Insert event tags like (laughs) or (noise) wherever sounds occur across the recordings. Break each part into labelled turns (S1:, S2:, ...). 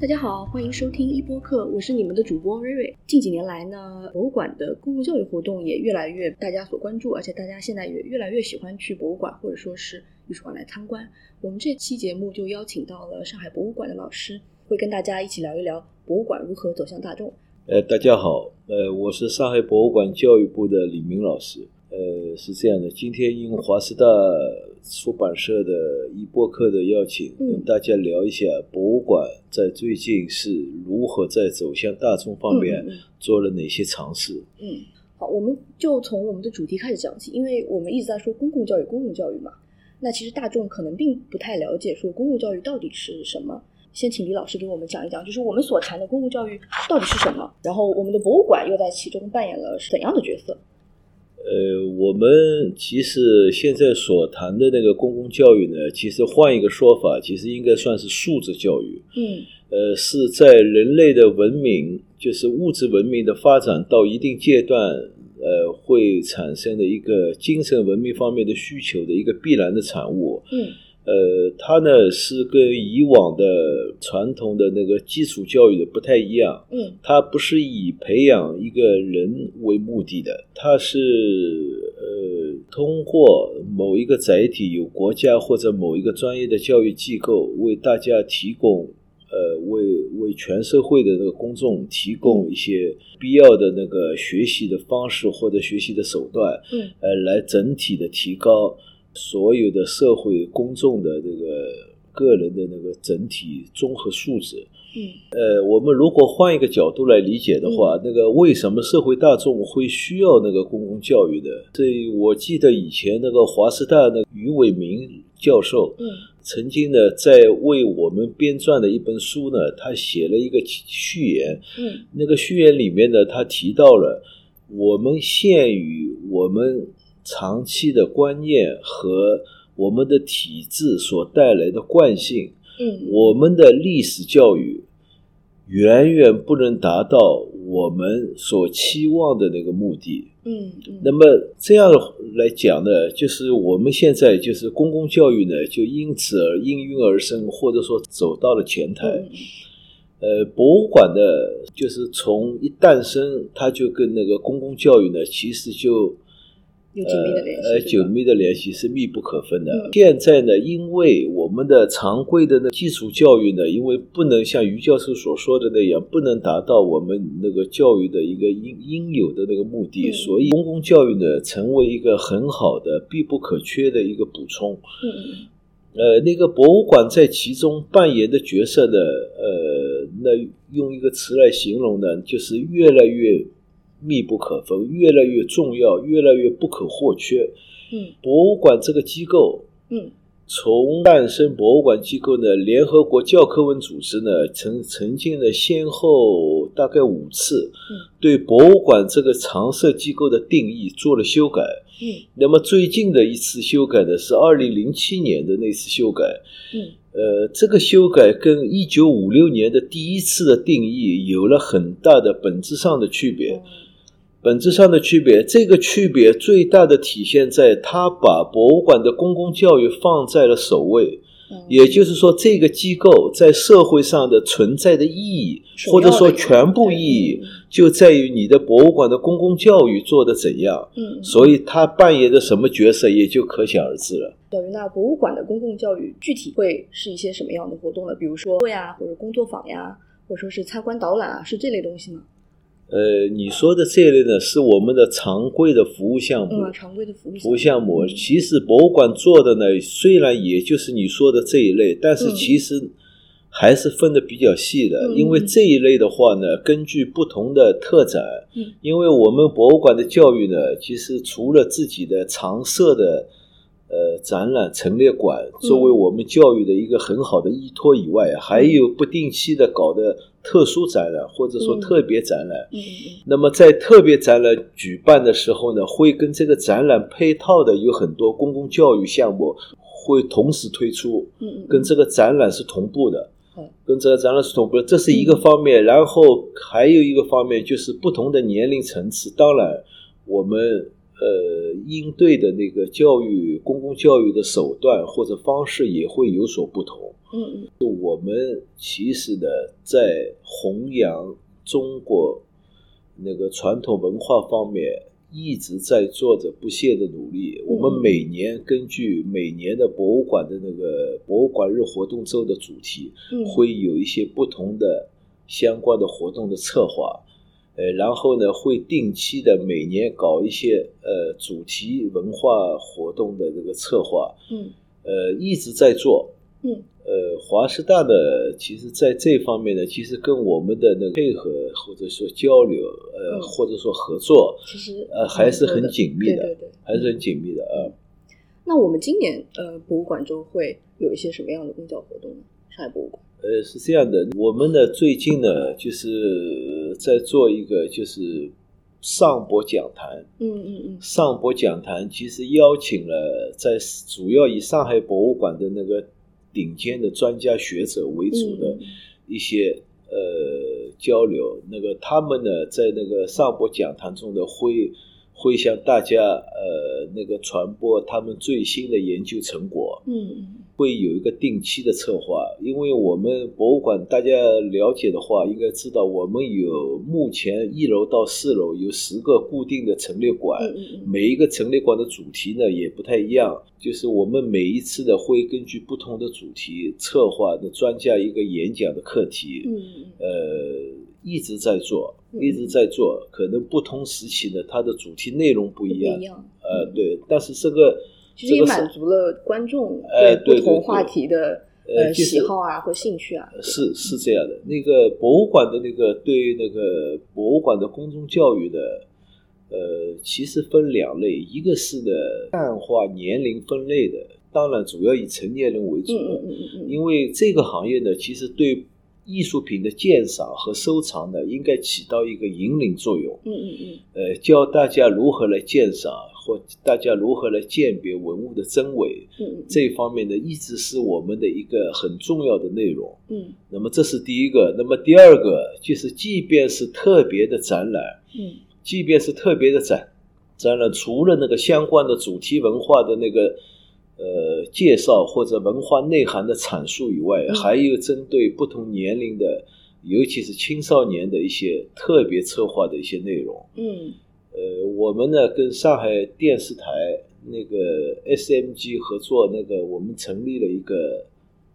S1: 大家好，欢迎收听一播客，我是你们的主播瑞瑞。近几年来呢，博物馆的公共教育活动也越来越大家所关注，而且大家现在也越来越喜欢去博物馆或者说是艺术馆来参观。我们这期节目就邀请到了上海博物馆的老师，会跟大家一起聊一聊博物馆如何走向大众。
S2: 呃，大家好，呃，我是上海博物馆教育部的李明老师。呃，是这样的，今天应华师大出版社的一播客的邀请，
S1: 嗯
S2: 跟大家聊一下博物馆在最近是如何在走向大众方面
S1: 嗯嗯
S2: 做了哪些尝试。
S1: 嗯，好，我们就从我们的主题开始讲起，因为我们一直在说公共教育，公共教育嘛。那其实大众可能并不太了解说公共教育到底是什么。先请李老师给我们讲一讲，就是我们所谈的公共教育到底是什么，然后我们的博物馆又在其中扮演了怎样的角色？
S2: 呃，我们其实现在所谈的那个公共教育呢，其实换一个说法，其实应该算是素质教育。
S1: 嗯
S2: 呃，是在人类的文明，就是物质文明的发展到一定阶段，呃，会产生的一个精神文明方面的需求的一个必然的产物。
S1: 嗯
S2: 呃，它呢是跟以往的传统的那个基础教育的不太一样，
S1: 嗯
S2: 它不是以培养一个人为目的的，它是呃通过某一个载体，有国家或者某一个专业的教育机构为大家提供。呃，为为全社会的那个公众提供一些必要的那个学习的方式或者学习的手段，
S1: 嗯
S2: 呃，来整体的提高所有的社会公众的这个个人的那个整体综合素质。
S1: 嗯
S2: 呃，我们如果换一个角度来理解的话，那个为什么社会大众会需要那个公共教育呢？这我记得以前那个华师大的于伟民教授，
S1: 嗯
S2: 曾经呢在为我们编撰的一本书呢，他写了一个序言，
S1: 嗯
S2: 那个序言里面呢，他提到了我们限于我们长期的观念和我们的体制所带来的惯性，
S1: 嗯
S2: 我们的历史教育远远不能达到我们所期望的那个目的。
S1: 嗯嗯，
S2: 那么这样来讲呢，就是我们现在就是公共教育呢，就因此而应运而生，或者说走到了前台。
S1: 嗯
S2: 呃，博物馆的，就是从一诞生，它就跟那个公共教育呢，其实就
S1: 有紧密的联系
S2: 呃，呃
S1: 对吧
S2: 紧密的联系是密不可分的。
S1: 嗯
S2: 现在呢，因为我们的常规的那基础教育呢，因为不能像于教授所说的那样，不能达到我们那个教育的一个应应有的那个目的，
S1: 嗯
S2: 所以公共教育呢，成为一个很好的必不可缺的一个补充。
S1: 嗯
S2: 呃，那个博物馆在其中扮演的角色呢，呃，那用一个词来形容呢，就是越来越密不可分，越来越重要，越来越不可或缺。
S1: 嗯
S2: 博物馆这个机构，
S1: 嗯
S2: 从诞生博物馆机构呢，联合国教科文组织呢，曾曾经呢先后大概五次
S1: 嗯，
S2: 对博物馆这个常设机构的定义做了修改。
S1: 嗯
S2: 那么最近的一次修改呢，是二零零七年的那次修改。
S1: 嗯
S2: 呃，这个修改跟一九五六年的第一次的定义有了很大的本质上的区
S1: 嗯
S2: 别。本质上的区别，这个区别最大的体现在它把博物馆的公共教育放在了首位，
S1: 嗯，
S2: 也就是说，这个机构在社会上的存在的意义，
S1: 首
S2: 或者
S1: 要的
S2: 说
S1: 一个
S2: 全部
S1: 对
S2: 意义
S1: 嗯，
S2: 就在于你的博物馆的公共教育做得怎样。
S1: 嗯，
S2: 所以，它扮演的什么角色，也就可想而知了。
S1: 小云，那博物馆的公共教育具体会是一些什么样的活动呢？比如说会啊，或者工作坊呀，或者说是参观导览啊，是这类东西吗？
S2: 呃，你说的这一类呢，是我们的常规的服务项目。
S1: 嗯，常规的服务项目
S2: 服务项目其实博物馆做的呢，虽然也就是你说的这一类，但是
S1: 嗯
S2: 其实还是分的比较细的。
S1: 嗯
S2: 因为这一类的话呢，根据不同的特展，
S1: 嗯
S2: 因为我们博物馆的教育呢，其实除了自己的常设的呃展览陈列馆作为我们教育的一个很好的依托以外，
S1: 嗯
S2: 还有不定期的搞的特殊展览或者说
S1: 嗯
S2: 特别展览。
S1: 嗯嗯
S2: 那么在特别展览举办的时候呢，会跟这个展览配套的有很多公共教育项目会同时推出，
S1: 嗯嗯嗯，
S2: 跟这个展览是同步的
S1: 嗯。
S2: 跟这个展览是同步的，这是一个方面。然后还有一个方面就是不同的年龄层次，当然我们。呃应对的那个教育公共教育的手段或者方式也会有所不同。
S1: 嗯嗯
S2: 我们其实呢，在弘扬中国那个传统文化方面，一直在做着不懈的努力。我们每年根据每年的博物馆的那个博物馆日活动周的主题，
S1: 嗯，
S2: 会有一些不同的相关的活动的策划。呃，然后呢，会定期的每年搞一些呃主题文化活动的这个策划，
S1: 嗯
S2: 呃，一直在做。
S1: 嗯
S2: 呃，华师大呢，其实在这方面呢，其实跟我们的那个配合或者说交流，呃，
S1: 嗯
S2: 或者说合作，
S1: 其实
S2: 呃，还是
S1: 蛮
S2: 很
S1: 多的
S2: 紧密
S1: 对
S2: 的，
S1: 对对。
S2: 还是很紧密的啊。
S1: 那我们今年呃博物馆周会有一些什么样的公教活动呢？上海博物馆，
S2: 呃，是这样的，我们呢最近呢就是在做一个就是上博讲坛，
S1: 嗯嗯嗯
S2: 上博讲坛其实邀请了在主要以上海博物馆的那个顶尖的专家学者为主的
S1: 嗯
S2: 一些呃交流。那个他们呢，在那个上博讲坛中呢，会会向大家呃那个传播他们最新的研究成果，
S1: 嗯
S2: 会有一个定期的策划。因为我们博物馆大家了解的话，应该知道我们有目前一楼到四楼有十个固定的陈列馆。
S1: 嗯嗯
S2: 每一个陈列馆的主题呢也不太一样，就是我们每一次呢会根据不同的主题策划的专家一个演讲的课题，
S1: 嗯
S2: 呃，一直在做，
S1: 嗯
S2: 一直在做，可能不同时期呢它的主题内容不
S1: 不
S2: 一样，
S1: 一样，嗯
S2: 呃，对，但是这个
S1: 其实也
S2: 这个是
S1: 满足了观众
S2: 哎对
S1: 不同
S2: 对对
S1: 话题的
S2: 呃
S1: 呃
S2: 就是
S1: 喜好啊或兴趣啊，
S2: 是是这样的，那个博物馆的那个对那个博物馆的公众教育的，呃，其实分两类，一个是呢淡化年龄分类的，当然主要以成年人为主
S1: 嗯
S2: 的，
S1: 嗯嗯嗯嗯，
S2: 因为这个行业呢，其实对艺术品的鉴赏和收藏呢，应该起到一个引领作用，
S1: 嗯嗯
S2: 呃，教大家如何来鉴赏或大家如何来鉴别文物的真伪，
S1: 嗯嗯
S2: 这方面呢，一直是我们的一个很重要的内容。
S1: 嗯
S2: 那么这是第一个。那么第二个就是，即便是特别的展览，
S1: 嗯
S2: 即便是特别的展展览，除了那个相关的主题文化的那个呃介绍或者文化内涵的阐述以外，
S1: 嗯
S2: 还有针对不同年龄的，尤其是青少年的一些特别策划的一些内容。
S1: 嗯
S2: 呃，我们呢跟上海电视台那个 SMG 合作，那个我们成立了一个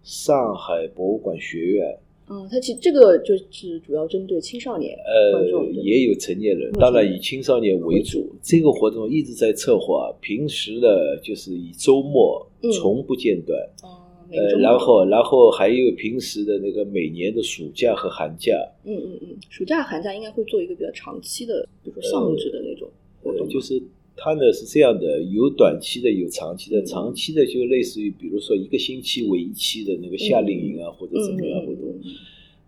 S2: 上海博物馆学院。
S1: 嗯，它其实这个就是主要针对青少年观
S2: 呃
S1: 众，对吧
S2: 也有成年人，
S1: 嗯
S2: 当然以青少年为
S1: 为
S2: 主。这个活动一直在策划，平时呢就是以周末
S1: 嗯
S2: 从不间断，
S1: 哦，每个
S2: 呃，
S1: 周末
S2: 然后然后还有平时的那个每年的暑假和寒假，
S1: 嗯嗯嗯，暑假寒假应该会做一个比较长期的，比如说项目制的那种活
S2: 呃
S1: 动，，
S2: 就是它呢是这样的，有短期的，有长期的。
S1: 嗯
S2: 长期的就类似于比如说一个星期为一期的那个夏令营啊，或者怎
S1: 嗯嗯
S2: 么样活
S1: 嗯
S2: 动
S1: 嗯，嗯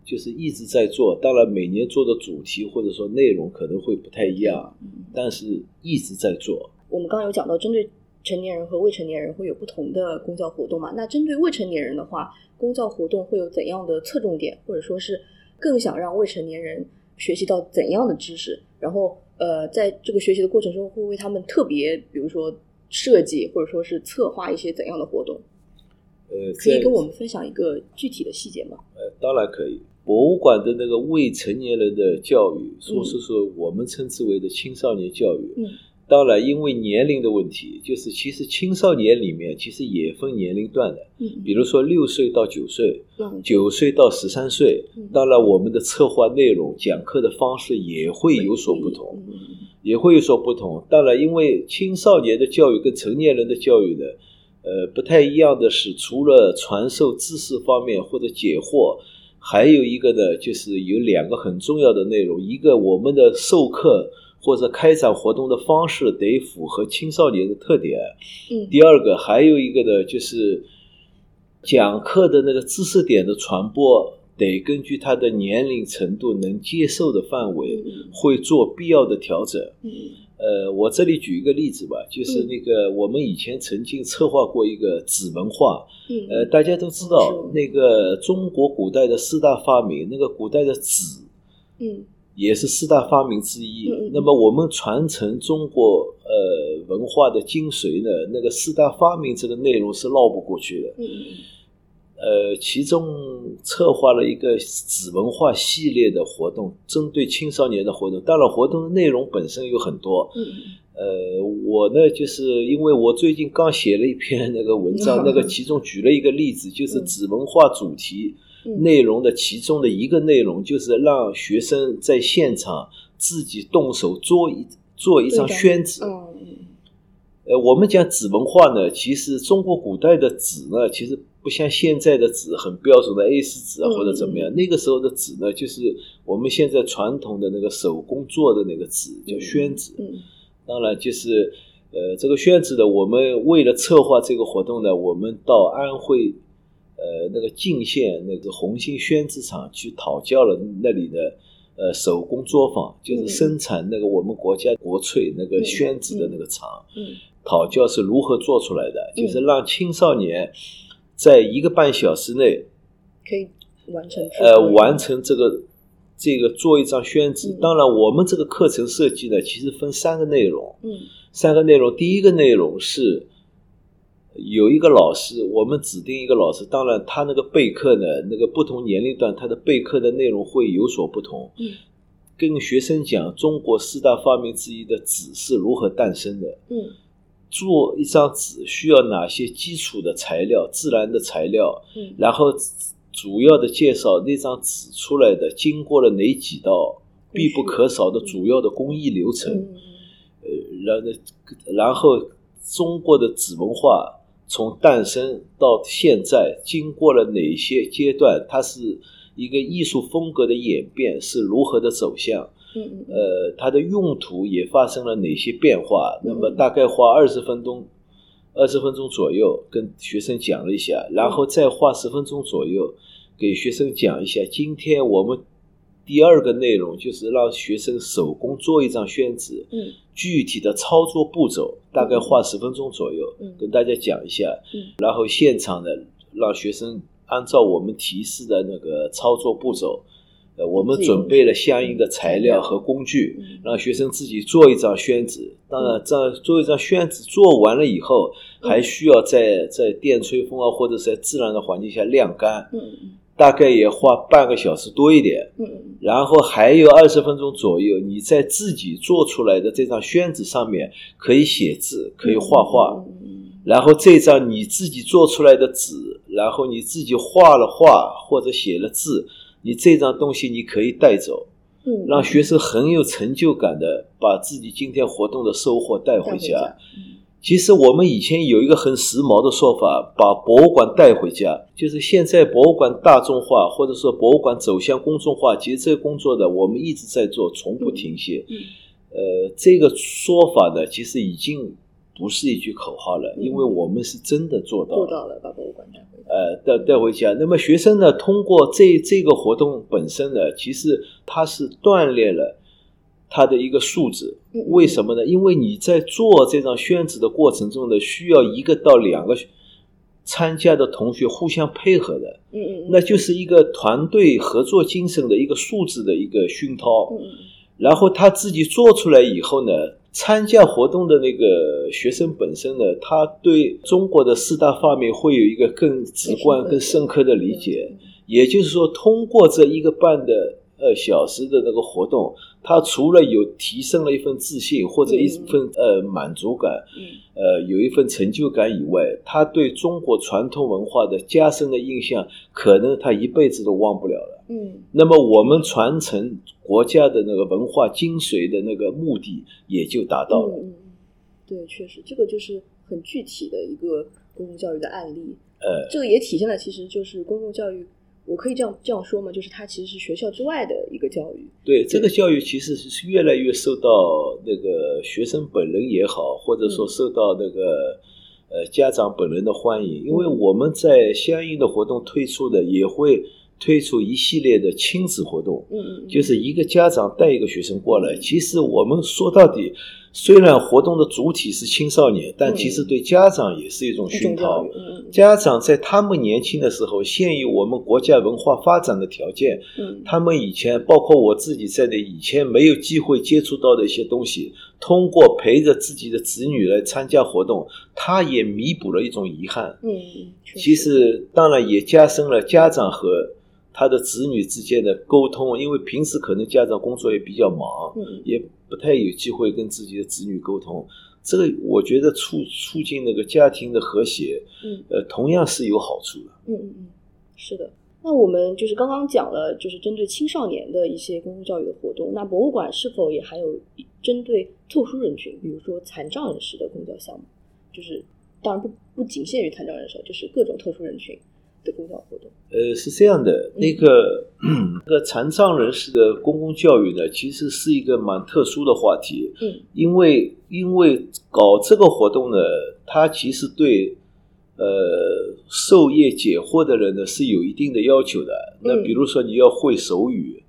S2: 就是一直在做。当然每年做的主题或者说内容可能会不太一样，
S1: 嗯
S2: 但是一直在做。
S1: 我们刚刚有讲到，针对成年人和未成年人会有不同的公教活动嘛？那针对未成年人的话，公教活动会有怎样的侧重点，或者说是更想让未成年人学习到怎样的知识？然后，呃，在这个学习的过程中，会为他们特别，比如说设计或者说是策划一些怎样的活动？
S2: 呃，
S1: 可以
S2: 在
S1: 跟我们分享一个具体的细节吗？
S2: 呃，当然可以。博物馆的那个未成年人的教育，说是说我们称之为的青少年教育。
S1: 嗯
S2: 当然，因为年龄的问题，就是其实青少年里面其实也分年龄段的，
S1: 嗯
S2: 比如说六岁到九岁，
S1: 嗯
S2: 九岁到十三岁
S1: 嗯。
S2: 当然，我们的策划内容、讲课的方式也会有所不同，
S1: 嗯嗯
S2: 也会有所不同。当然，因为青少年的教育跟成年人的教育呢，呃，不太一样的是，除了传授知识方面或者解惑，还有一个呢，就是有两个很重要的内容，一个我们的授课或者开展活动的方式得符合青少年的特点。
S1: 嗯
S2: 第二个还有一个呢，就是讲课的那个知识点的传播，得根据他的年龄程度能接受的范围，
S1: 嗯
S2: 会做必要的调整。
S1: 嗯
S2: 呃，我这里举一个例子吧，就是那个我们以前曾经策划过一个纸文化，
S1: 嗯
S2: 呃，大家都知道
S1: 是
S2: 那个中国古代的四大发明，那个古代的纸
S1: 嗯
S2: 也是四大发明之一。
S1: 嗯嗯嗯
S2: 那么我们传承中国呃文化的精髓呢，那个四大发明这个内容是绕不过去的。
S1: 嗯嗯
S2: 呃，其中策划了一个子文化系列的活动，针对青少年的活动。当然，活动的内容本身有很多。
S1: 嗯嗯
S2: 呃，我呢，就是因为我最近刚写了一篇那个文
S1: 嗯
S2: 章，那个其中举了一个例子，就是子文化主题
S1: 嗯，
S2: 内容的其中的一个内容，就是让学生在现场自己动手做一做一张
S1: 对的
S2: 宣纸。
S1: 嗯嗯
S2: 呃，我们讲纸文化呢，其实中国古代的纸呢，其实不像现在的纸很标准的 A 4纸啊
S1: 嗯
S2: 或者怎么样。那个时候的纸呢，就是我们现在传统的那个手工做的那个纸，叫宣纸。
S1: 嗯
S2: 当然就是，呃，这个宣纸呢，我们为了策划这个活动呢，我们到安徽，呃，那个泾县那个红星宣纸厂去讨教了那里的。呃，手工作坊就是
S1: 嗯
S2: 生产那个我们国家国粹那个
S1: 嗯
S2: 宣纸的那个厂，
S1: 嗯
S2: 讨教是如何做出来的，
S1: 嗯
S2: 就是让青少年在一个半小时内，
S1: 可以完成制
S2: 呃
S1: 作，
S2: 完成这个这个做一张宣纸。
S1: 嗯
S2: 当然，我们这个课程设计呢，其实分三个内容，
S1: 嗯
S2: 三个内容，第一个内容是。有一个老师，我们指定一个老师，当然他那个备课呢，那个不同年龄段他的备课的内容会有所不同。
S1: 嗯
S2: 跟学生讲中国四大发明之一的纸是如何诞生的，
S1: 嗯
S2: 做一张纸需要哪些基础的材料、自然的材料，
S1: 嗯
S2: 然后主要的介绍那张纸出来的经过了哪几道必不可少的主要的工艺流程，
S1: 嗯
S2: 呃，然后呃然后中国的纸文化从诞生到现在经过了哪些阶段，它是一个艺术风格的演变是如何的走向，
S1: 嗯嗯
S2: 呃，它的用途也发生了哪些变化？那么
S1: 嗯
S2: 大概花二十分钟，二十分钟左右跟学生讲了一下，
S1: 嗯
S2: 然后再花十分钟左右给学生讲一下。今天我们第二个内容就是让学生手工做一张宣纸，
S1: 嗯
S2: 具体的操作步骤大概花十分钟左右
S1: 嗯
S2: 跟大家讲一下，
S1: 嗯
S2: 然后现场呢让学生按照我们提示的那个操作步骤。呃，我们
S1: 自嗯己
S2: 准备了相应的材料和工具，
S1: 嗯
S2: 让学生自己做一张宣纸。当然，这样做一张宣纸做完了以后，
S1: 嗯
S2: 还需要在在电吹风啊，或者是在自然的环境下晾干，
S1: 嗯
S2: 大概也花半个小时多一点。
S1: 嗯嗯
S2: 然后还有二十分钟左右，你在自己做出来的这张宣纸上面可以写字，可以画画。
S1: 嗯
S2: 然后这张你自己做出来的纸，然后你自己画了画或者写了字，你这张东西你可以带走。
S1: 嗯，
S2: 让学生很有成就感的把自己今天活动的收获带
S1: 带
S2: 回
S1: 家
S2: 家。，啊其实我们以前有一个很时髦的说法，把博物馆带回家，就是现在博物馆大众化，或者说博物馆走向公众化，其实这个工作呢，我们一直在做，从不停歇。
S1: 嗯
S2: 呃，这个说法呢，其实已经不是一句口号了，
S1: 嗯
S2: 因为我们是真的做到
S1: 做
S2: 了。
S1: 到了，把博物馆带回家，
S2: 呃带带回家。那么学生呢，通过这这个活动本身呢，其实它是锻炼了他的一个素质。
S1: 嗯
S2: 为什么呢？因为你在做这张宣纸的过程中呢，需要一个到两个参加的同学互相配合的，
S1: 嗯嗯
S2: 那就是一个团队合作精神的一个素质的一个熏陶。
S1: 嗯嗯
S2: 然后他自己做出来以后呢，参加活动的那个学生本身呢，他对中国的四大发明会有一个更直观、更深刻的理解。，也就是说，通过这一个半的呃小时的那个活动，他除了有提升了一份自信或者一
S1: 嗯
S2: 份呃满足感，
S1: 嗯
S2: 呃有一份成就感以外，他对中国传统文化的加深的印象，可能他一辈子都忘不了了。
S1: 嗯
S2: 那么我们传承国家的那个文化精髓的那个目的也就达到了。
S1: 嗯嗯，对，确实，这个就是很具体的一个公共教育的案例。
S2: 呃，
S1: 这个也体现了，其实就是公共教育，我可以这样这样说吗？就是它其实是学校之外的一个教育。
S2: 对，这个教育其实是越来越受到那个学生本人也好，或者说
S1: 嗯
S2: 受到那个呃家长本人的欢迎，因为
S1: 嗯
S2: 我们在相应的活动推出的也会推出一系列的亲子活动。
S1: 嗯嗯，
S2: 就是一个家长带一个学生过来。其实我们说到底，虽然活动的主体是青少年，但其实对家长也是一种
S1: 嗯一
S2: 熏
S1: 种
S2: 陶。
S1: 教育，嗯
S2: 家长在他们年轻的时候，限于我们国家文化发展的条件，
S1: 嗯
S2: 他们以前包括我自己在内，以前没有机会接触到的一些东西，通过陪着自己的子女来参加活动，他也弥补了一种遗憾。
S1: 嗯嗯，确
S2: 其实，当然也加深了家长和他的子女之间的沟通，因为平时可能家长工作也比较忙，
S1: 嗯
S2: 也不太有机会跟自己的子女沟通。这个我觉得促促进那个家庭的和谐，
S1: 嗯
S2: 呃，同样是有好处的。
S1: 嗯嗯嗯，是的。那我们就是刚刚讲了，就是针对青少年的一些公共教育的活动。那博物馆是否也还有针对特殊人群，比如说残障人士的公教项目？就是当然不不仅限于残障人士，就是各种特殊人群的公教活动。
S2: 呃，是这样的，那个、 (clears throat) 那个残障人士的公共教育呢，其实是一个蛮特殊的话题，
S1: 嗯
S2: 因为因为搞这个活动呢，它其实对呃授业解惑的人呢是有一定的要求的。那
S1: 嗯
S2: 比如说你要会手语，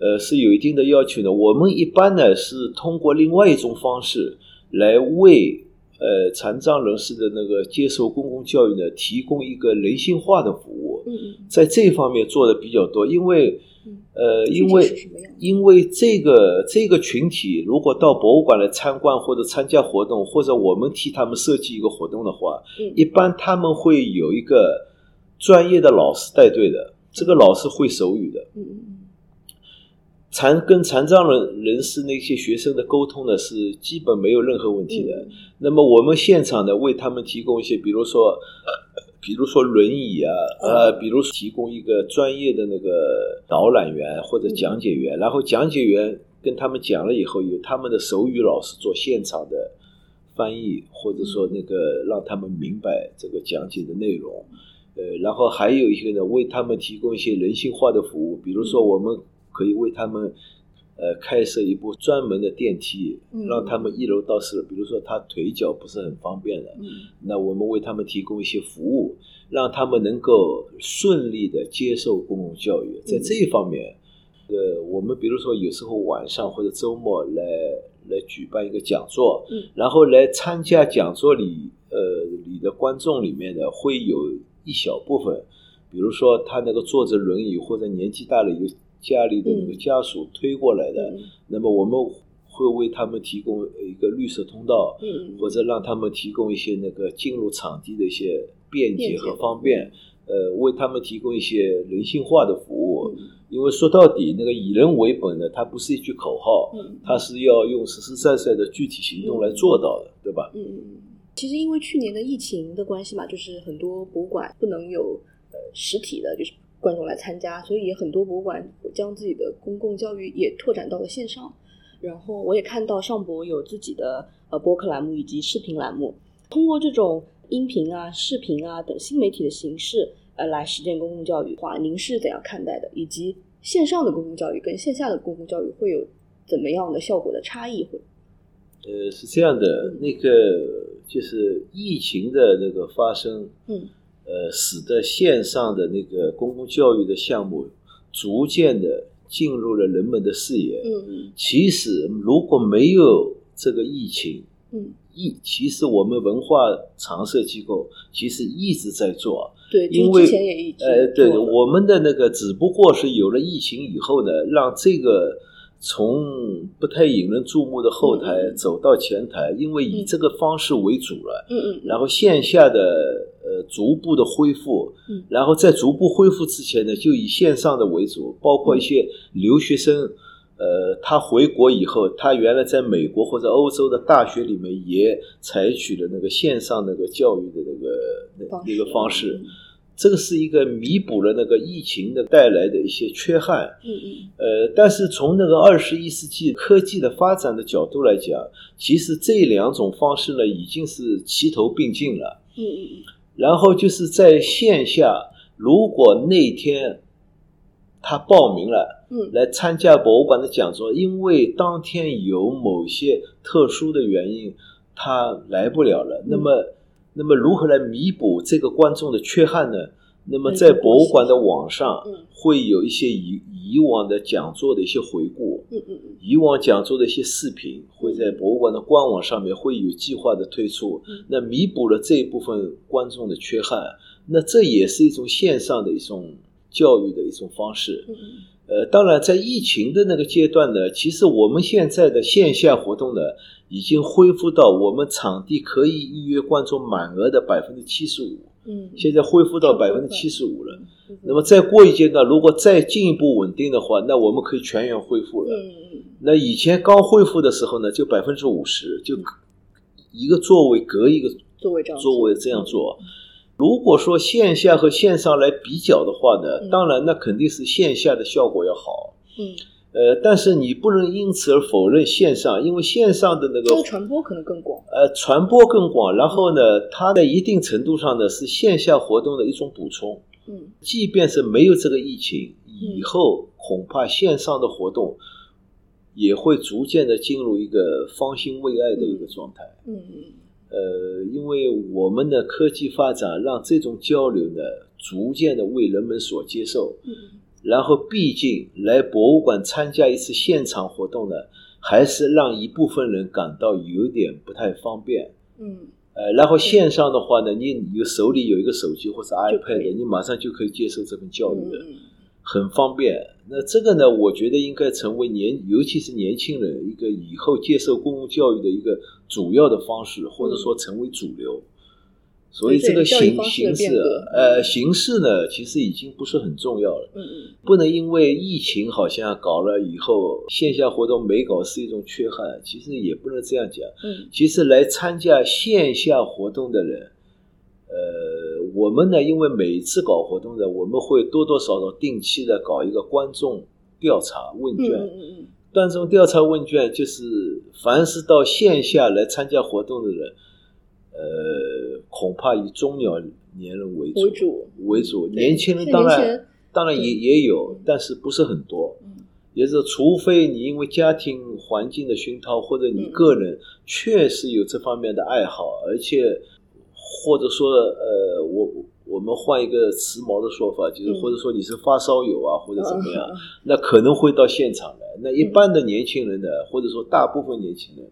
S2: 呃，是有一定的要求的。我们一般呢是通过另外一种方式来为。呃，残障人士的那个接受公共教育呢，提供一个人性化的服务。
S1: 嗯嗯
S2: 在这方面做的比较多，因为
S1: 嗯，
S2: 呃，
S1: 具体
S2: 因为
S1: 是什么样
S2: 因为这个这个群体如果到博物馆来参观或者参加活动，或者我们替他们设计一个活动的话，
S1: 嗯
S2: 一般他们会有一个专业的老师带队的，这个老师会手语的。
S1: 嗯嗯
S2: 残跟残障人人士那些学生的沟通呢，是基本没有任何问题的。
S1: 嗯
S2: 那么我们现场呢，为他们提供一些，比如说，比如说轮椅啊，呃，比如说提供一个专业的那个导览员或者讲解员，然后讲解员跟他们讲了以后，由他们的手语老师做现场的翻译，或者说那个让他们明白这个讲解的内容。呃，然后还有一些呢，为他们提供一些人性化的服务，比如说我们可以为他们。呃，开设一部专门的电梯，
S1: 嗯
S2: 让他们一楼到四楼。比如说他腿脚不是很方便的，
S1: 嗯
S2: 那我们为他们提供一些服务，让他们能够顺利的接受公共教育。在这一方面，呃，我们比如说有时候晚上或者周末来来举办一个讲座，
S1: 嗯
S2: 然后来参加讲座里呃里的观众里面呢，会有一小部分，比如说他那个坐着轮椅或者年纪大了有家里的那个
S1: 嗯
S2: 家属推过来的，
S1: 嗯
S2: 那么我们会为他们提供一个绿色通道，
S1: 嗯嗯
S2: 或者让他们提供一些那个进入场地的一些便捷和方
S1: 便
S2: 便，呃，为他们提供一些人性化的服务。
S1: 嗯
S2: 因为说到底，那个以人为本呢，它不是一句口号，
S1: 嗯
S2: 它是要用实实在在的具体行动来做到的，对吧？
S1: 嗯嗯嗯，其实因为去年的疫情的关系嘛，就是很多博物馆不能有呃实体的，就是观众来参加，所以也很多博物馆将自己的公共教育也拓展到了线上。然后我也看到上博有自己的呃播客栏目以及视频栏目，通过这种音频啊、视频啊等新媒体的形式，呃，来实践公共教育的话，您是怎样看待的？以及线上的公共教育跟线下的公共教育会有怎么样的效果的差异？会，
S2: 呃，是这样的，那个就是疫情的那个发生，
S1: 嗯
S2: 呃，使得线上的那个公共教育的项目逐渐的进入了人们的视野。
S1: 嗯嗯
S2: 其实如果没有这个疫情，
S1: 嗯，
S2: 疫其实我们文化常设机构其实一直在做，啊
S1: 对，
S2: 因
S1: 就是
S2: 为
S1: 之前也一直
S2: 呃，对
S1: 做了
S2: 我们的那个只不过是有了疫情以后呢，让这个从不太引人注目的后台
S1: 嗯
S2: 走到前台，因为以
S1: 嗯
S2: 这个方式为主了。
S1: 嗯嗯，
S2: 然后线下的呃逐步的恢复，
S1: 嗯
S2: 然后在逐步恢复之前呢，就以线上的为主，包括一些留学生，呃，他回国以后，他原来在美国或者欧洲的大学里面也采取了那个线上那个教育的那个那
S1: 方式
S2: 那个方式，这个是一个弥补了那个疫情的带来的一些缺憾，
S1: 嗯嗯
S2: 呃，但是从那个二十一世纪科技的发展的角度来讲，其实这两种方式呢已经是齐头并进了。
S1: 嗯嗯
S2: 然后就是在线下，如果那天他报名了
S1: 嗯嗯
S2: 来参加博物馆的讲座，因为当天有某些特殊的原因，嗯他来不了了。那么，那么如何来弥补这个观众的缺憾呢？那么在博物馆的网上
S1: 嗯，
S2: 会有一些以以往的讲座的一些回顾，
S1: 嗯嗯嗯
S2: 以往讲座的一些视频会在博物馆的官网上面会有计划的推出
S1: 嗯，
S2: 那弥补了这一部分观众的缺憾。那这也是一种线上的一种教育的一种方式。
S1: 嗯嗯，
S2: 呃，当然，在疫情的那个阶段呢，其实我们现在的线下活动呢，已经恢复到我们场地可以预约观众满额的百分之七十五，
S1: 嗯，
S2: 现在恢复到百分之七十五了。
S1: 嗯
S2: 那么再过一阶段，如果再进一步稳定的话，那我们可以全员恢复
S1: 嗯
S2: 了。
S1: 嗯
S2: 那以前刚恢复的时候呢，就百分之五十，
S1: 嗯
S2: 就一个座位隔一个
S1: 座位这样嗯
S2: 座位这样做。如果说线下和线上来比较的话
S1: 嗯
S2: 呢，当然那肯定是线下的效果要好。
S1: 嗯，
S2: 呃，但是你不能因此而否认线上，因为线上的那
S1: 这
S2: 个
S1: 个传播可能更广，
S2: 呃传播更广，然后呢，它在一定程度上呢是线下活动的一种补充。
S1: 嗯
S2: 即便是没有这个疫情，以后恐怕线上的活动也会逐渐的进入一个方兴未艾的一个状态。
S1: 嗯嗯
S2: 呃，因为我们的科技发展让这种交流呢逐渐的为人们所接受，
S1: 嗯
S2: 然后，毕竟来博物馆参加一次现场活动呢，还是让一部分人感到有点不太方便。
S1: 嗯
S2: 呃，然后线上的话呢，你有手里有一个手机或者
S1: 就可以
S2: iPad，你马上就可以接受这份教育了，
S1: 嗯
S2: 很方便。那这个呢，我觉得应该成为年，尤其是年轻人一个以后接受公共教育的一个主要的方式，或者说成为主流。所以
S1: 嗯对
S2: 这个
S1: 教育
S2: 形
S1: 方式的
S2: 形
S1: 变
S2: 式
S1: 革，
S2: 呃，形式呢，其实已经不是很重要了。
S1: 嗯
S2: 不能因为疫情好像搞了以后，线下活动没搞是一种缺憾。其实也不能这样讲。
S1: 嗯
S2: 其实来参加线下活动的人，呃，我们呢，因为每一次搞活动呢，我们会多多少少定期的搞一个观众调查问
S1: 嗯
S2: 卷。
S1: 嗯
S2: 观众调查问卷就是，凡是到线下来参加活动的人，呃，恐怕以中老年人为主。
S1: 为主
S2: 为主，
S1: 对
S2: 年轻人
S1: 现在
S2: 当
S1: 年轻人
S2: 然当然也
S1: 对
S2: 也有，但是不是很多。
S1: 嗯
S2: 也就是，除非你因为家庭环境的熏陶，或者你
S1: 嗯
S2: 个人确实有这方面的爱好，而且或者说，呃，我我们换一个时髦的说法，就是
S1: 嗯
S2: 或者说你是发烧友
S1: (laughs)
S2: 啊，或者怎么样，
S1: 嗯
S2: 那可能会到现场来。那一般的年轻人呢，或者说大部分年轻人，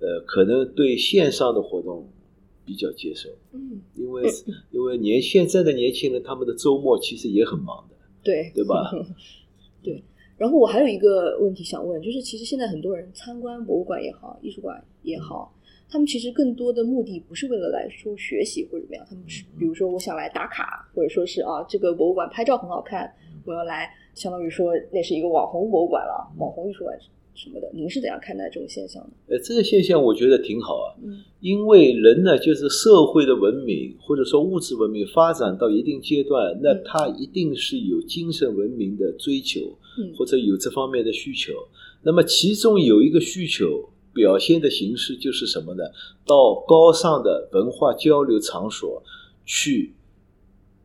S2: 呃，可能对线上的活动比较接受。
S1: 嗯，
S2: 因为因为年现在的年轻人，他们的周末其实也很忙的，
S1: 对 (laughs)
S2: 对吧？
S1: 然后我还有一个问题想问，就是其实现在很多人参观博物馆也好，艺术馆也好，他们其实更多的目的不是为了来说学习或者怎么样，他们是
S2: 嗯
S1: 比如说我想来打卡，或者说是啊这个博物馆拍照很好看，我要来，相当于说那是一个网红博物馆了，网红艺术馆什么的。您是怎样看待这种现象的？
S2: 呃，这个现象我觉得挺好啊，
S1: 嗯
S2: 因为人呢，就是社会的文明或者说物质文明发展到一定阶段，那
S1: 嗯
S2: 他一定是有精神文明的追求，
S1: 嗯
S2: 或者有这方面的需求。那么其中有一个需求表现的形式就是什么呢？到高尚的文化交流场所去，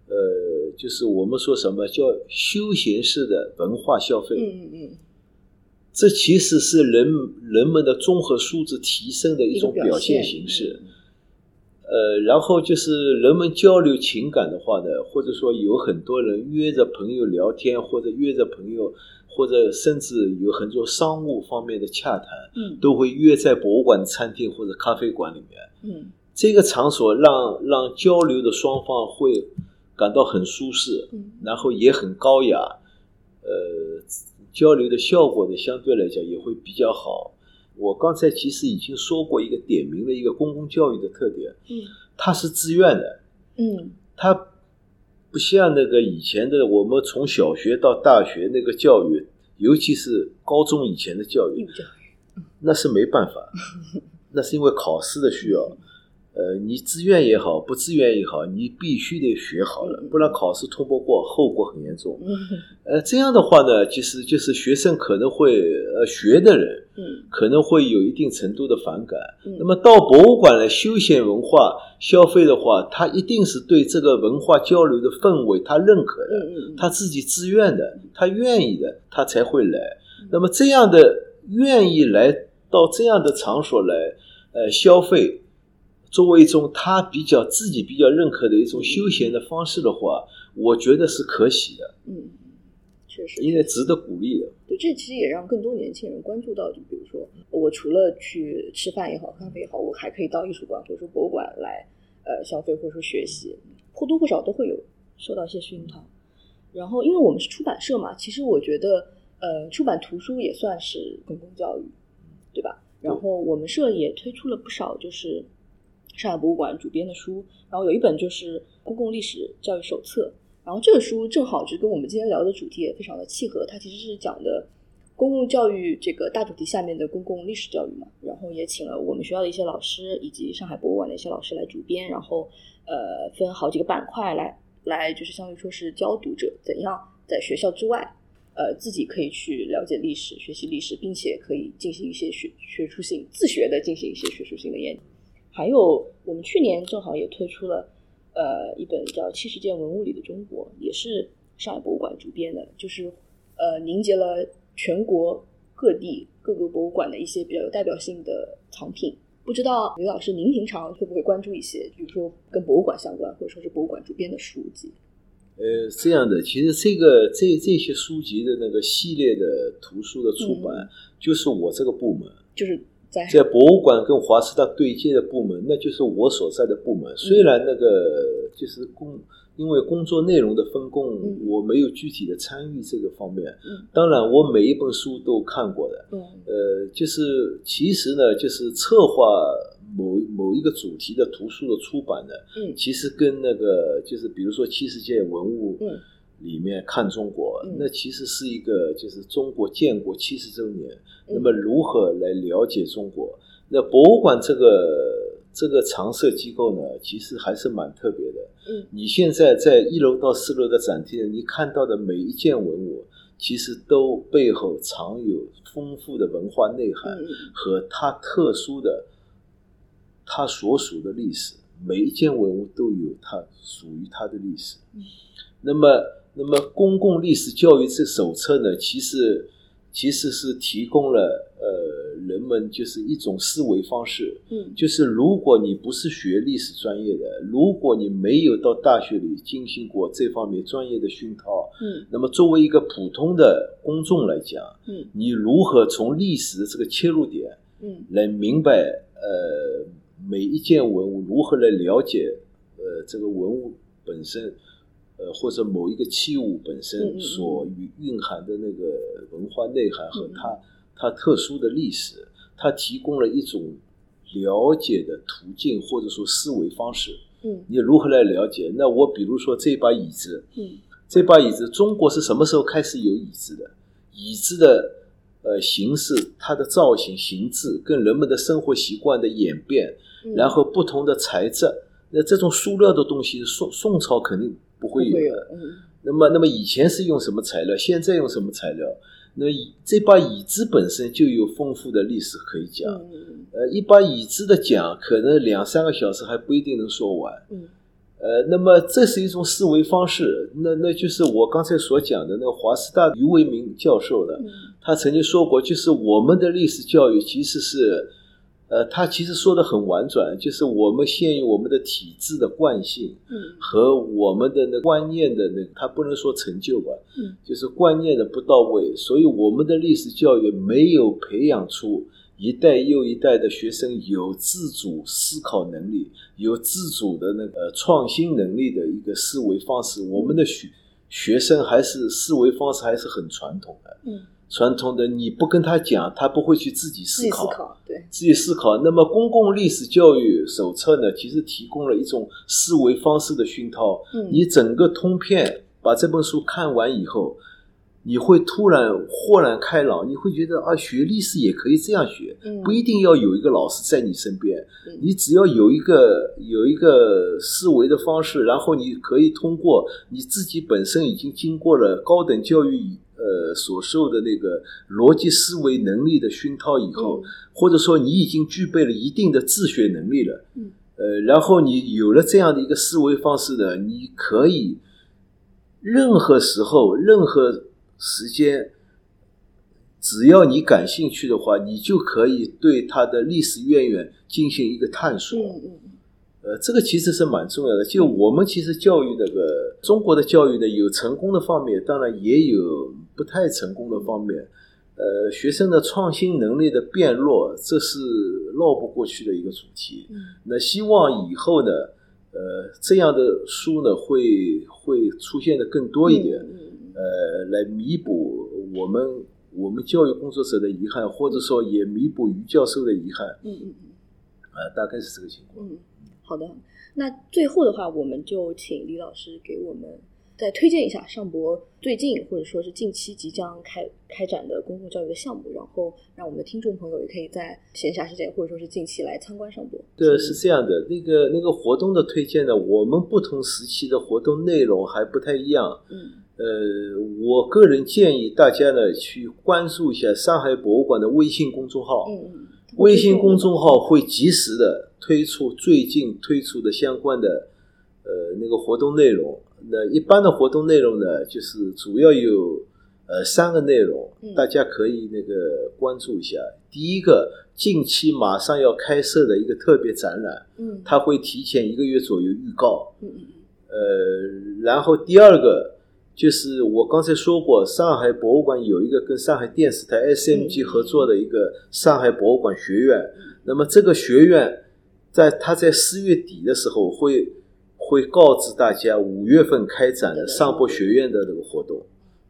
S2: 呃，就是我们说什么叫休闲式的文化消费。
S1: 嗯嗯
S2: 这其实是人人们的综合素质提升的
S1: 嗯，
S2: 一种
S1: 个表
S2: 现形式。
S1: 嗯
S2: 呃，然后就是人们交流情感的话呢，或者说有很多人约着朋友聊天，或者约着朋友，或者甚至有很多商务方面的洽谈，
S1: 嗯
S2: 都会约在博物馆餐厅或者咖啡馆里面。
S1: 嗯
S2: 这个场所让让交流的双方会感到很舒适，
S1: 嗯
S2: 然后也很高雅，呃，交流的效果呢，相对来讲也会比较好。我刚才其实已经说过一个点明了一个公共教育的特点，
S1: 嗯
S2: 它是自愿的，
S1: 嗯
S2: 它不像那个以前的我们从小学到大学那个教育，尤其是高中以前的教育
S1: 嗯，，这样
S2: 那是没办
S1: (laughs)
S2: 法，那是因为考试的需要。呃，你自愿也好，不自愿也好，你必须得学好了
S1: 嗯嗯，
S2: 不然考试通不过，后果很严重。
S1: 嗯
S2: 呃，这样的话呢，其实就是学生可能会，呃，学的人
S1: 嗯
S2: 可能会有一定程度的反感。
S1: 嗯，
S2: 那么到博物馆来休闲文化消费的话，他一定是对这个文化交流的氛围他认可
S1: 嗯
S2: 的，
S1: 嗯嗯
S2: 他自己自愿的，他愿意的，他才会来。那么这样的愿意来到这样的场所来，呃，消费，作为一种他比较自己比较认可的一种休闲的方式的话，我觉得是可喜的，
S1: 嗯，确实，
S2: 应该值得鼓励的。
S1: 对，这其实也让更多年轻人关注到，就比如说，我除了去吃饭也好，喝咖啡也好，我还可以到艺术馆或者说博物馆来，呃，消费或者说学习，或多或少都会有受到一些熏陶。然后，因为我们是出版社嘛，其实我觉得，呃，出版图书也算是公共教育，对吧？然后我们社也推出了不少就是上海博物馆主编的书，然后有一本就是《公共历史教育手册》，然后这个书正好就跟我们今天聊的主题也非常的契合，它其实是讲的公共教育这个大主题下面的公共历史教育嘛。然后也请了我们学校的一些老师以及上海博物馆的一些老师来主编，然后呃分好几个板块来来就是相当于说是教读者怎样在学校之外。呃，自己可以去了解历史、学习历史，并且可以进行一些学学术性自学的进行一些学术性的研究。还有，我们去年正好也推出了呃一本叫《七十件文物里的中国》，也是上海博物馆主编的，就是呃凝结了全国各地各个博物馆的一些比较有代表性的藏品。不知道刘老师您平常会不会关注一些，比如说跟博物馆相关，或者说是博物馆主编的书籍？
S2: 呃，这样的，其实这个这这些书籍的那个系列的图书的出版，就是我这个部门，
S1: 嗯就是在
S2: 在博物馆跟华师大对接的部门，那就是我所在的部门。
S1: 嗯
S2: 虽然那个就是工，因为工作内容的分工，
S1: 嗯
S2: 我没有具体的参与这个方面。
S1: 嗯
S2: 当然，我每一本书都看过的。
S1: 嗯
S2: 呃，就是其实呢，就是策划某某一个主题的图书的出版呢，
S1: 嗯
S2: 其实跟那个就是比如说七十件文物
S1: 嗯
S2: 里面看中国，
S1: 嗯
S2: 那其实是一个就是中国建国七十周年，
S1: 嗯
S2: 那么如何来了解中国？那博物馆这个这个常设机构呢，其实还是蛮特别的。
S1: 嗯
S2: 你现在在一楼到四楼的展厅，你看到的每一件文物，其实都背后藏有丰富的文化内涵。
S1: 嗯
S2: 和它特殊的、它所属的历史，每一件文物都有它属于它的历史。
S1: 嗯
S2: 那么，那么《公共历史教育这手册》呢，其实其实是提供了呃人们就是一种思维方式，
S1: 嗯
S2: 就是如果你不是学历史专业的，如果你没有到大学里进行过这方面专业的熏陶，
S1: 嗯
S2: 那么作为一个普通的公众来讲，
S1: 嗯
S2: 你如何从历史的这个切入点？
S1: 嗯
S2: 来明白呃每一件文物如何来了解呃这个文物本身，呃或者某一个器物本
S1: 嗯嗯
S2: 身
S1: 嗯
S2: 所蕴蕴含的那个文化内涵和
S1: 嗯嗯
S2: 它它特殊的历史，它提供了一种了解的途径或者说思维方式。
S1: 嗯
S2: 你如何来了解？那我比如说这把椅子，
S1: 嗯
S2: 这把椅子，中国是什么时候开始有椅子的？椅子的呃形式、它的造型、形制跟人们的生活习惯的演变，
S1: 嗯，
S2: 然后不同的材质，那这种塑料的东西，宋宋朝肯定不会有
S1: 会有
S2: 的。
S1: 嗯
S2: 那么，那么以前是用什么材料？现在用什么材料？那椅这把椅子本身就有丰富的历史可以讲。
S1: 嗯嗯
S2: 呃，一把椅子的讲，可能两三个小时还不一定能说完。
S1: 嗯
S2: 呃，那么这是一种思维方式，那那就是我刚才所讲的那个华师大余为明教授呢，
S1: 嗯
S2: 他曾经说过，就是我们的历史教育其实是，呃，他其实说的很婉转，就是我们限于我们的体制的惯性
S1: 嗯
S2: 和我们的那观念的那个，他不能说成就吧，
S1: 嗯
S2: 就是观念的不到位，所以我们的历史教育没有培养出一代又一代的学生有自主思考能力、有自主的那个呃创新能力的一个思维方式。我们的学学生还是思维方式还是很传统的，
S1: 嗯，
S2: 传统的你不跟他讲，他不会去自己
S1: 自
S2: 思
S1: 己
S2: 考
S1: 思。考，对，
S2: 自己思考。那么《公共历史教育手册》呢，其实提供了一种思维方式的熏陶。
S1: 嗯
S2: 你整个通篇把这本书看完以后，你会突然豁然开朗，你会觉得啊，学历史也可以这样学，
S1: 嗯
S2: 不一定要有一个老师在你身边
S1: 嗯，
S2: 你只要有一个有一个思维的方式，然后你可以通过你自己本身已经经过了高等教育以。呃，所受的那个逻辑思维能力的熏陶以后，
S1: 嗯
S2: 或者说你已经具备了一定的自学能力了，
S1: 嗯，
S2: 呃，然后你有了这样的一个思维方式呢，你可以任何时候、任何时间，只要你感兴趣的话，你就可以对它的历史渊源进行一个探索。
S1: 嗯嗯
S2: 呃，这个其实是蛮重要的。就我们其实教育那个中国的教育呢，有成功的方面，当然也有不太成功的方面。呃，学生的创新能力的变弱，这是绕不过去的一个主题。
S1: 嗯
S2: 那希望以后呢，呃，这样的书呢会会出现的更多一点。
S1: 嗯
S2: 呃，来弥补我们我们教育工作者的遗憾，或者说也弥补于教授的遗憾，
S1: 嗯嗯嗯
S2: 呃，大概是这个情况。
S1: 嗯，好的。那最后的话，我们就请李老师给我们再推荐一下上博最近或者说是近期即将开开展的公共教育的项目，然后让我们的听众朋友也可以在闲暇时间或者说是近期来参观上博。
S2: 这是这样的，那个那个活动的推荐呢，我们不同时期的活动内容还不太一样。
S1: 嗯
S2: 呃，我个人建议大家呢去关注一下上海博物馆的微信公众号，
S1: 嗯嗯，
S2: 微信公众号会及时的推出最近推出的相关的呃那个活动内容。那一般的活动内容呢，就是主要有呃三个内容
S1: 嗯，
S2: 大家可以那个关注一下。第一个，近期马上要开设的一个特别展览，
S1: 嗯
S2: 它会提前一个月左右预告。
S1: 嗯嗯
S2: 呃，然后第二个就是我刚才说过，上海博物馆有一个跟上海电视台 SMG 合作的一个上海博物馆学院。那么这个学院在他在四月底的时候会会告知大家五月份开展的上博学院的那个活动，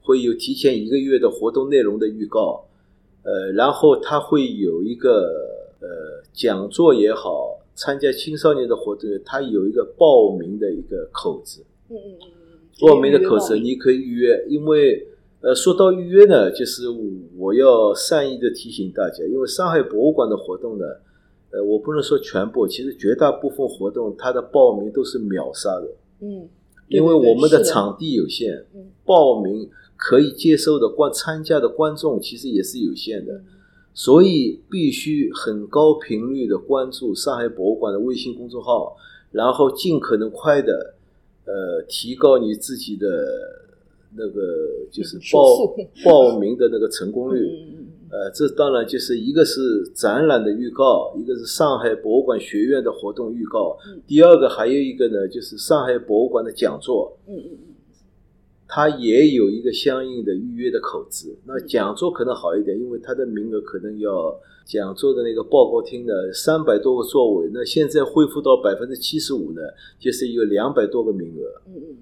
S2: 会有提前一个月的活动内容的预告。呃，然后他会有一个呃讲座也好，参加青少年的活动，他有一个报名的一个口子，
S1: 嗯嗯嗯，
S2: 报名的口子你可以预约，因为呃说到预约呢，就是我要善意的提醒大家，因为上海博物馆的活动呢，呃我不能说全部，其实绝大部分活动它的报名都是秒杀的，
S1: 嗯，
S2: 因为我们
S1: 的
S2: 的场地有限，
S1: 嗯
S2: 报名可以接受的观参加的观众其实也是有限的。
S1: 嗯
S2: 所以必须很高频率的关注上海博物馆的微信公众号，然后尽可能快的，呃，提高你自己的那个就是
S1: 嗯手
S2: 报
S1: 速
S2: 报名的那个成功率。
S1: 嗯
S2: 呃，这当然就是一个是展览的预告，一个是上海博物馆学院的活动预告
S1: 嗯，
S2: 第二个还有一个呢，就是上海博物馆的讲座。
S1: 嗯嗯
S2: 它也有一个相应的预约的口子。那
S1: 嗯
S2: 讲座可能好一点，因为它的名额可能要讲座的那个报告厅呢，三百多个座位，那现在恢复到百分之七十五呢，就是有两百多个名额。
S1: 嗯嗯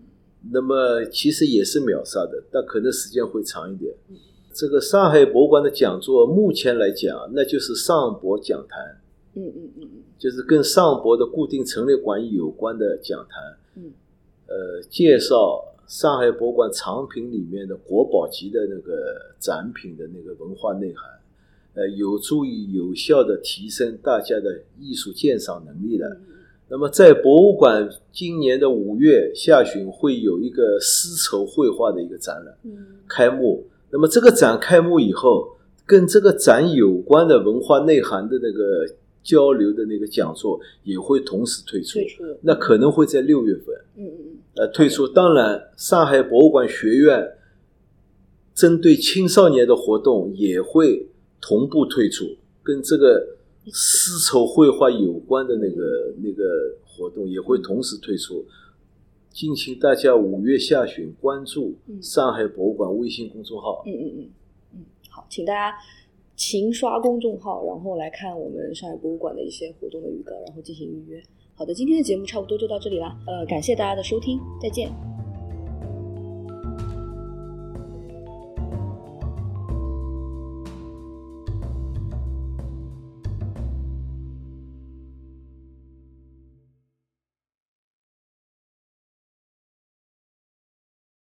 S2: 那么其实也是秒杀的，但可能时间会长一点
S1: 嗯。
S2: 这个上海博物馆的讲座，目前来讲，那就是上博讲坛，
S1: 嗯嗯嗯
S2: 就是跟上博的固定陈列馆有关的讲坛。
S1: 嗯
S2: 呃介绍上海博物馆藏品里面的国宝级的那个展品的那个文化内涵，呃，有助于有效的提升大家的艺术鉴赏能力
S1: 嗯
S2: 的。那么在博物馆今年的五月下旬会有一个丝绸绘画的一个展览
S1: 嗯
S2: 开幕。那么这个展开幕以后，跟这个展有关的文化内涵的那个交流的那个讲座也会同时推出
S1: 退，出
S2: 那可能会在六月份。
S1: 嗯嗯
S2: 呃退出。当然，上海博物馆学院针对青少年的活动也会同步退出，跟这个丝绸绘画有关的那个那个活动也会同时退出。敬请大家五月下旬关注
S1: 嗯
S2: 上海博物馆微信公众号。
S1: 嗯嗯嗯嗯，好，请大家勤刷公众号，然后来看我们上海博物馆的一些活动的预告，然后进行预约。好的，今天的节目差不多就到这里啦，呃，感谢大家的收听，再见。